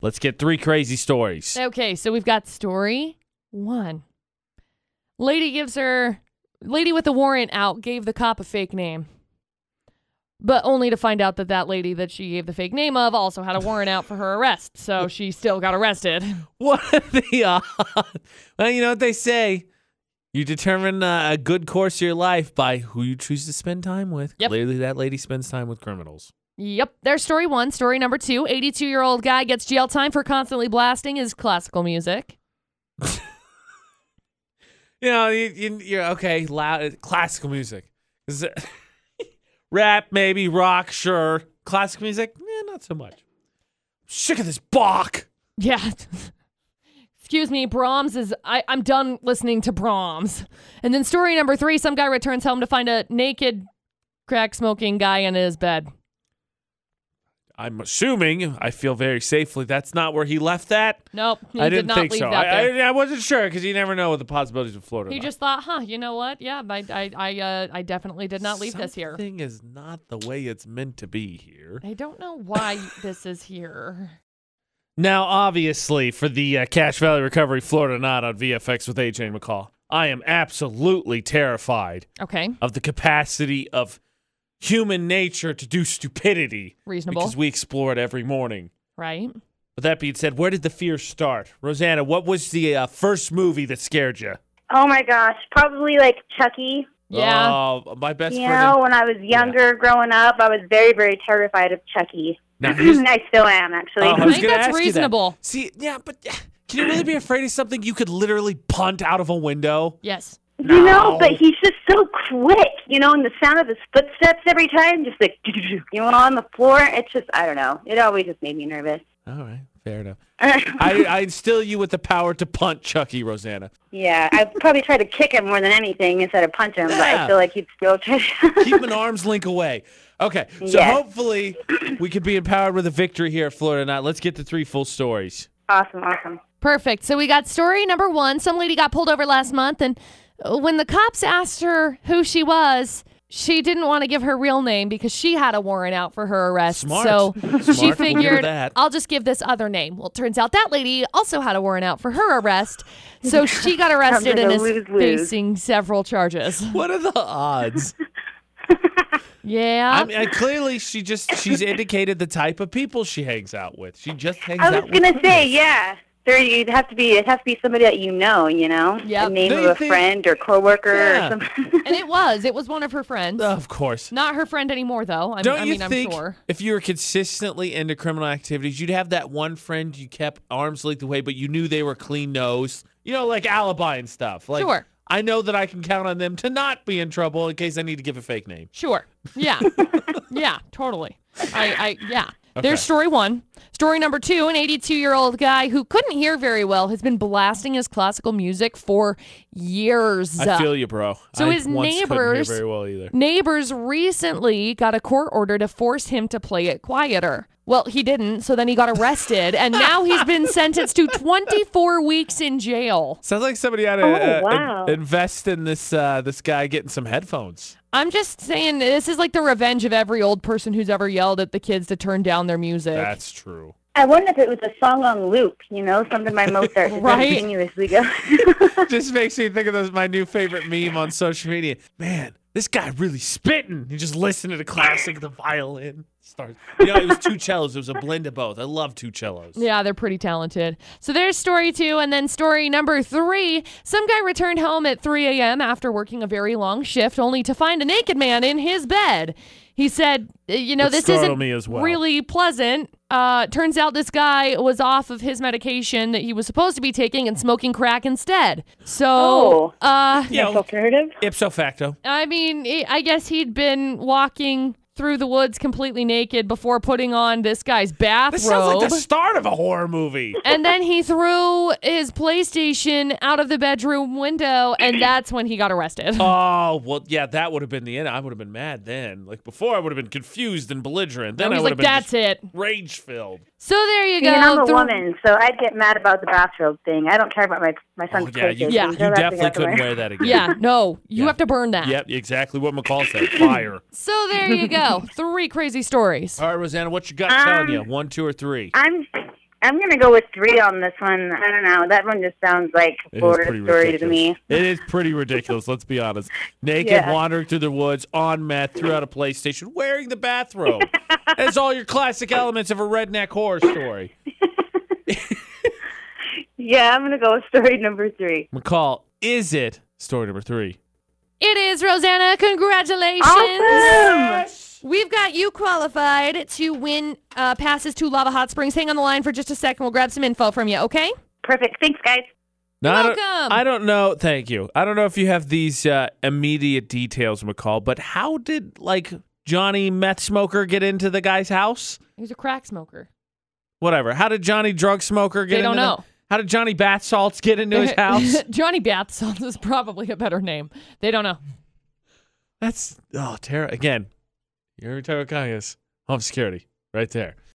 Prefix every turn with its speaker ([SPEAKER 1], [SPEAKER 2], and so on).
[SPEAKER 1] Let's get three crazy stories.
[SPEAKER 2] Okay, so we've got story one. Lady gives her lady with a warrant out gave the cop a fake name, but only to find out that that lady that she gave the fake name of also had a warrant out for her arrest. So she still got arrested.
[SPEAKER 1] What are the odds? Well, you know what they say. You determine uh, a good course of your life by who you choose to spend time with.
[SPEAKER 2] Yep.
[SPEAKER 1] Clearly, that lady spends time with criminals.
[SPEAKER 2] Yep, there's story one. Story number two 82 year old guy gets jail time for constantly blasting his classical music.
[SPEAKER 1] You know, you, you, you're okay. Loud classical music, Is it- rap maybe, rock, sure. Classical music, eh, not so much. Sick of this Bach.
[SPEAKER 2] Yeah. Excuse me, Brahms is. I, I'm done listening to Brahms. And then story number three some guy returns home to find a naked, crack smoking guy in his bed.
[SPEAKER 1] I'm assuming. I feel very safely. That's not where he left that.
[SPEAKER 2] Nope. He
[SPEAKER 1] I
[SPEAKER 2] did
[SPEAKER 1] didn't
[SPEAKER 2] not
[SPEAKER 1] think
[SPEAKER 2] leave
[SPEAKER 1] so.
[SPEAKER 2] that
[SPEAKER 1] I,
[SPEAKER 2] there.
[SPEAKER 1] I, I wasn't sure because you never know what the possibilities of Florida.
[SPEAKER 2] he
[SPEAKER 1] are.
[SPEAKER 2] just thought, huh, you know what? Yeah, I, I, I, uh, I definitely did not leave this here.
[SPEAKER 1] Something is not the way it's meant to be here.
[SPEAKER 2] I don't know why this is here.
[SPEAKER 1] Now, obviously, for the uh, Cash Valley Recovery Florida Knot on VFX with AJ McCall, I am absolutely terrified
[SPEAKER 2] Okay,
[SPEAKER 1] of the capacity of human nature to do stupidity
[SPEAKER 2] reasonable.
[SPEAKER 1] because we explore it every morning.
[SPEAKER 2] right?
[SPEAKER 1] With that being said, where did the fear start? Rosanna, what was the uh, first movie that scared you?
[SPEAKER 3] Oh my gosh, probably like Chucky.
[SPEAKER 2] Yeah.
[SPEAKER 1] Oh, my best
[SPEAKER 3] you
[SPEAKER 1] friend.
[SPEAKER 3] know, when I was younger, growing up, I was very, very terrified of Chucky.
[SPEAKER 1] Now, here's-
[SPEAKER 3] I still am, actually.
[SPEAKER 1] Oh, I
[SPEAKER 2] I
[SPEAKER 1] was
[SPEAKER 2] think
[SPEAKER 1] gonna
[SPEAKER 2] that's
[SPEAKER 1] ask you that.
[SPEAKER 2] reasonable.
[SPEAKER 1] See, yeah, but can you really be afraid of something you could literally punt out of a window?
[SPEAKER 2] Yes.
[SPEAKER 3] You know, but he's just so quick. You know, and the sound of his footsteps every time, just like you know, on the floor. It's just, I don't know. It always just made me nervous.
[SPEAKER 1] All right, fair enough. I, I instill you with the power to punt Chucky, Rosanna.
[SPEAKER 3] yeah, I probably try to kick him more than anything instead of punch him, but
[SPEAKER 1] Yeah.
[SPEAKER 3] I feel like he'd still try. To
[SPEAKER 1] Keep an arm's link away. Okay, so
[SPEAKER 3] Yes.
[SPEAKER 1] hopefully we could be empowered with a victory here at Florida Night. Let's get the three full stories.
[SPEAKER 3] awesome, awesome.
[SPEAKER 2] Perfect. So we got story number one. Some lady got pulled over last month, and when the cops asked her who she was, she didn't want to give her real name because she had a warrant out for her arrest.
[SPEAKER 1] Smart.
[SPEAKER 2] So
[SPEAKER 1] Smart. We'll
[SPEAKER 2] she
[SPEAKER 1] give her
[SPEAKER 2] figured,
[SPEAKER 1] that.
[SPEAKER 2] I'll just give this other name. Well, it turns out that lady also had a warrant out for her arrest. So she got arrested
[SPEAKER 3] like
[SPEAKER 2] and
[SPEAKER 3] a
[SPEAKER 2] is
[SPEAKER 3] lose-lose.
[SPEAKER 2] facing several charges.
[SPEAKER 1] What are the odds? I
[SPEAKER 2] Yeah.
[SPEAKER 1] mean, I, clearly she just she's indicated the type of people she hangs out with. She just hangs
[SPEAKER 3] I
[SPEAKER 1] out.
[SPEAKER 3] was
[SPEAKER 1] with
[SPEAKER 3] gonna say,
[SPEAKER 1] criminals.
[SPEAKER 3] yeah. There, you'd have to be. It has to be somebody that you know. You know,
[SPEAKER 2] Yep.
[SPEAKER 3] the name
[SPEAKER 1] They-
[SPEAKER 3] of a
[SPEAKER 1] they-
[SPEAKER 3] friend or coworker
[SPEAKER 1] Yeah.
[SPEAKER 3] or something.
[SPEAKER 2] and it was. It was one of her friends.
[SPEAKER 1] Of course.
[SPEAKER 2] Not her friend anymore, though. I,
[SPEAKER 1] Uh, Don't
[SPEAKER 2] I
[SPEAKER 1] you
[SPEAKER 2] mean,
[SPEAKER 1] think
[SPEAKER 2] I'm sure.
[SPEAKER 1] if you were consistently into criminal activities, you'd have that one friend you kept arms length away, but you knew they were clean nosed? You know, like alibi and stuff. Like,
[SPEAKER 2] Sure.
[SPEAKER 1] I know that I can count on them to not be in trouble in case I need to give a fake name.
[SPEAKER 2] Sure. Yeah. yeah, totally. I, I yeah.
[SPEAKER 1] Okay.
[SPEAKER 2] There's story one. Story number two an 82 year old guy who couldn't hear very well has been blasting his classical music for years.
[SPEAKER 1] you, bro.
[SPEAKER 2] So his neighbors-
[SPEAKER 1] well either.
[SPEAKER 2] Neighbors recently got a court order to force him to play it quieter. Well, he didn't, so then he got arrested, and now he's been sentenced to 24 weeks in jail.
[SPEAKER 1] Sounds like somebody ought to
[SPEAKER 3] Oh, wow.
[SPEAKER 1] invest in this uh, this guy getting some headphones.
[SPEAKER 2] I'm just saying, this is like the revenge of every old person who's ever yelled at the kids to turn down their music.
[SPEAKER 1] That's true.
[SPEAKER 3] I wonder if it was a song on loop. You know, something by Mozart just
[SPEAKER 2] Right.
[SPEAKER 3] continuously go.
[SPEAKER 1] just makes me think of those my new favorite meme on social media. Man, this guy really spitting. You just listen to the classic, the violin starts. You know, it was two cellos. It was a blend of both. I love two cellos.
[SPEAKER 2] Yeah, they're pretty talented. So there's story two. And then story number three some guy returned home at 3 a.m. after working a very long shift, only to find a naked man in his bed. He said, "Uh, You know,
[SPEAKER 1] That
[SPEAKER 2] this
[SPEAKER 1] startled
[SPEAKER 2] isn't
[SPEAKER 1] me as well."
[SPEAKER 2] really pleasant. Uh, turns out this guy was off of his medication that he was supposed to be taking and smoking crack instead. So, uh,
[SPEAKER 1] You know,
[SPEAKER 3] alternative.
[SPEAKER 1] ipso facto.
[SPEAKER 2] I mean, I I guess he'd been walking through the woods completely naked before putting on this guy's bathrobe
[SPEAKER 1] This sounds like the start of a horror movie.
[SPEAKER 2] and then he threw his PlayStation out of the bedroom window, and that's when he got arrested.
[SPEAKER 1] Oh well, yeah, that would have been the end. I would have been mad then. Like before, I would have been confused and belligerent. Then
[SPEAKER 2] And
[SPEAKER 1] I
[SPEAKER 2] he's
[SPEAKER 1] would
[SPEAKER 2] like,
[SPEAKER 1] have been
[SPEAKER 2] "That's it."
[SPEAKER 1] rage filled.
[SPEAKER 2] So there you go.
[SPEAKER 3] and I'm a
[SPEAKER 2] Threw-
[SPEAKER 3] woman, so I'd get mad about the bathrobe thing. I don't care about my my
[SPEAKER 1] Oh
[SPEAKER 3] son's
[SPEAKER 1] yeah, you,
[SPEAKER 3] PlayStation,
[SPEAKER 2] Yeah.
[SPEAKER 3] so
[SPEAKER 1] you
[SPEAKER 3] that's
[SPEAKER 1] definitely
[SPEAKER 3] another
[SPEAKER 1] couldn't
[SPEAKER 3] one.
[SPEAKER 1] wear that again.
[SPEAKER 2] Yeah, no, you
[SPEAKER 1] Yeah.
[SPEAKER 2] have to burn that.
[SPEAKER 1] Yep, exactly what McCall said. Fire.
[SPEAKER 2] So there you go. Three crazy stories.
[SPEAKER 1] All right, Rosanna, what's your gut telling you? One, two, or three?
[SPEAKER 3] I'm I'm gonna go with three on this one. I don't know. That one just sounds like
[SPEAKER 1] It
[SPEAKER 3] a
[SPEAKER 1] is
[SPEAKER 3] Florida
[SPEAKER 1] pretty
[SPEAKER 3] story
[SPEAKER 1] ridiculous.
[SPEAKER 3] to me.
[SPEAKER 1] It is pretty ridiculous, let's be honest. Naked,
[SPEAKER 3] Yeah.
[SPEAKER 1] wandering through the woods, on meth, threw out a PlayStation, wearing the bathrobe. That's all your classic elements of a redneck horror story.
[SPEAKER 3] Yeah, I'm gonna go with story number three.
[SPEAKER 1] McCall, is it story number three?
[SPEAKER 2] It is Rosanna. Congratulations.
[SPEAKER 3] Awesome.
[SPEAKER 2] We've got you qualified to win uh, passes to Lava Hot Springs. Hang on the line for just a second. We'll grab some info from you, okay?
[SPEAKER 3] Perfect. Thanks, guys.
[SPEAKER 1] No, I don't-
[SPEAKER 2] Welcome.
[SPEAKER 1] I don't know. Thank you. I don't know if you have these uh, immediate details, McCall, but how did, like, Johnny meth smoker get into the guy's house?
[SPEAKER 2] He's a crack smoker.
[SPEAKER 1] Whatever. How did Johnny drug smoker get
[SPEAKER 2] They
[SPEAKER 1] into
[SPEAKER 2] don't
[SPEAKER 1] the-
[SPEAKER 2] know.
[SPEAKER 1] How did Johnny bath salts get into his house?
[SPEAKER 2] Johnny Bath Salts is probably a better name. They don't know.
[SPEAKER 1] That's oh Tara again. You're Tara Kangas. Home security. Right there.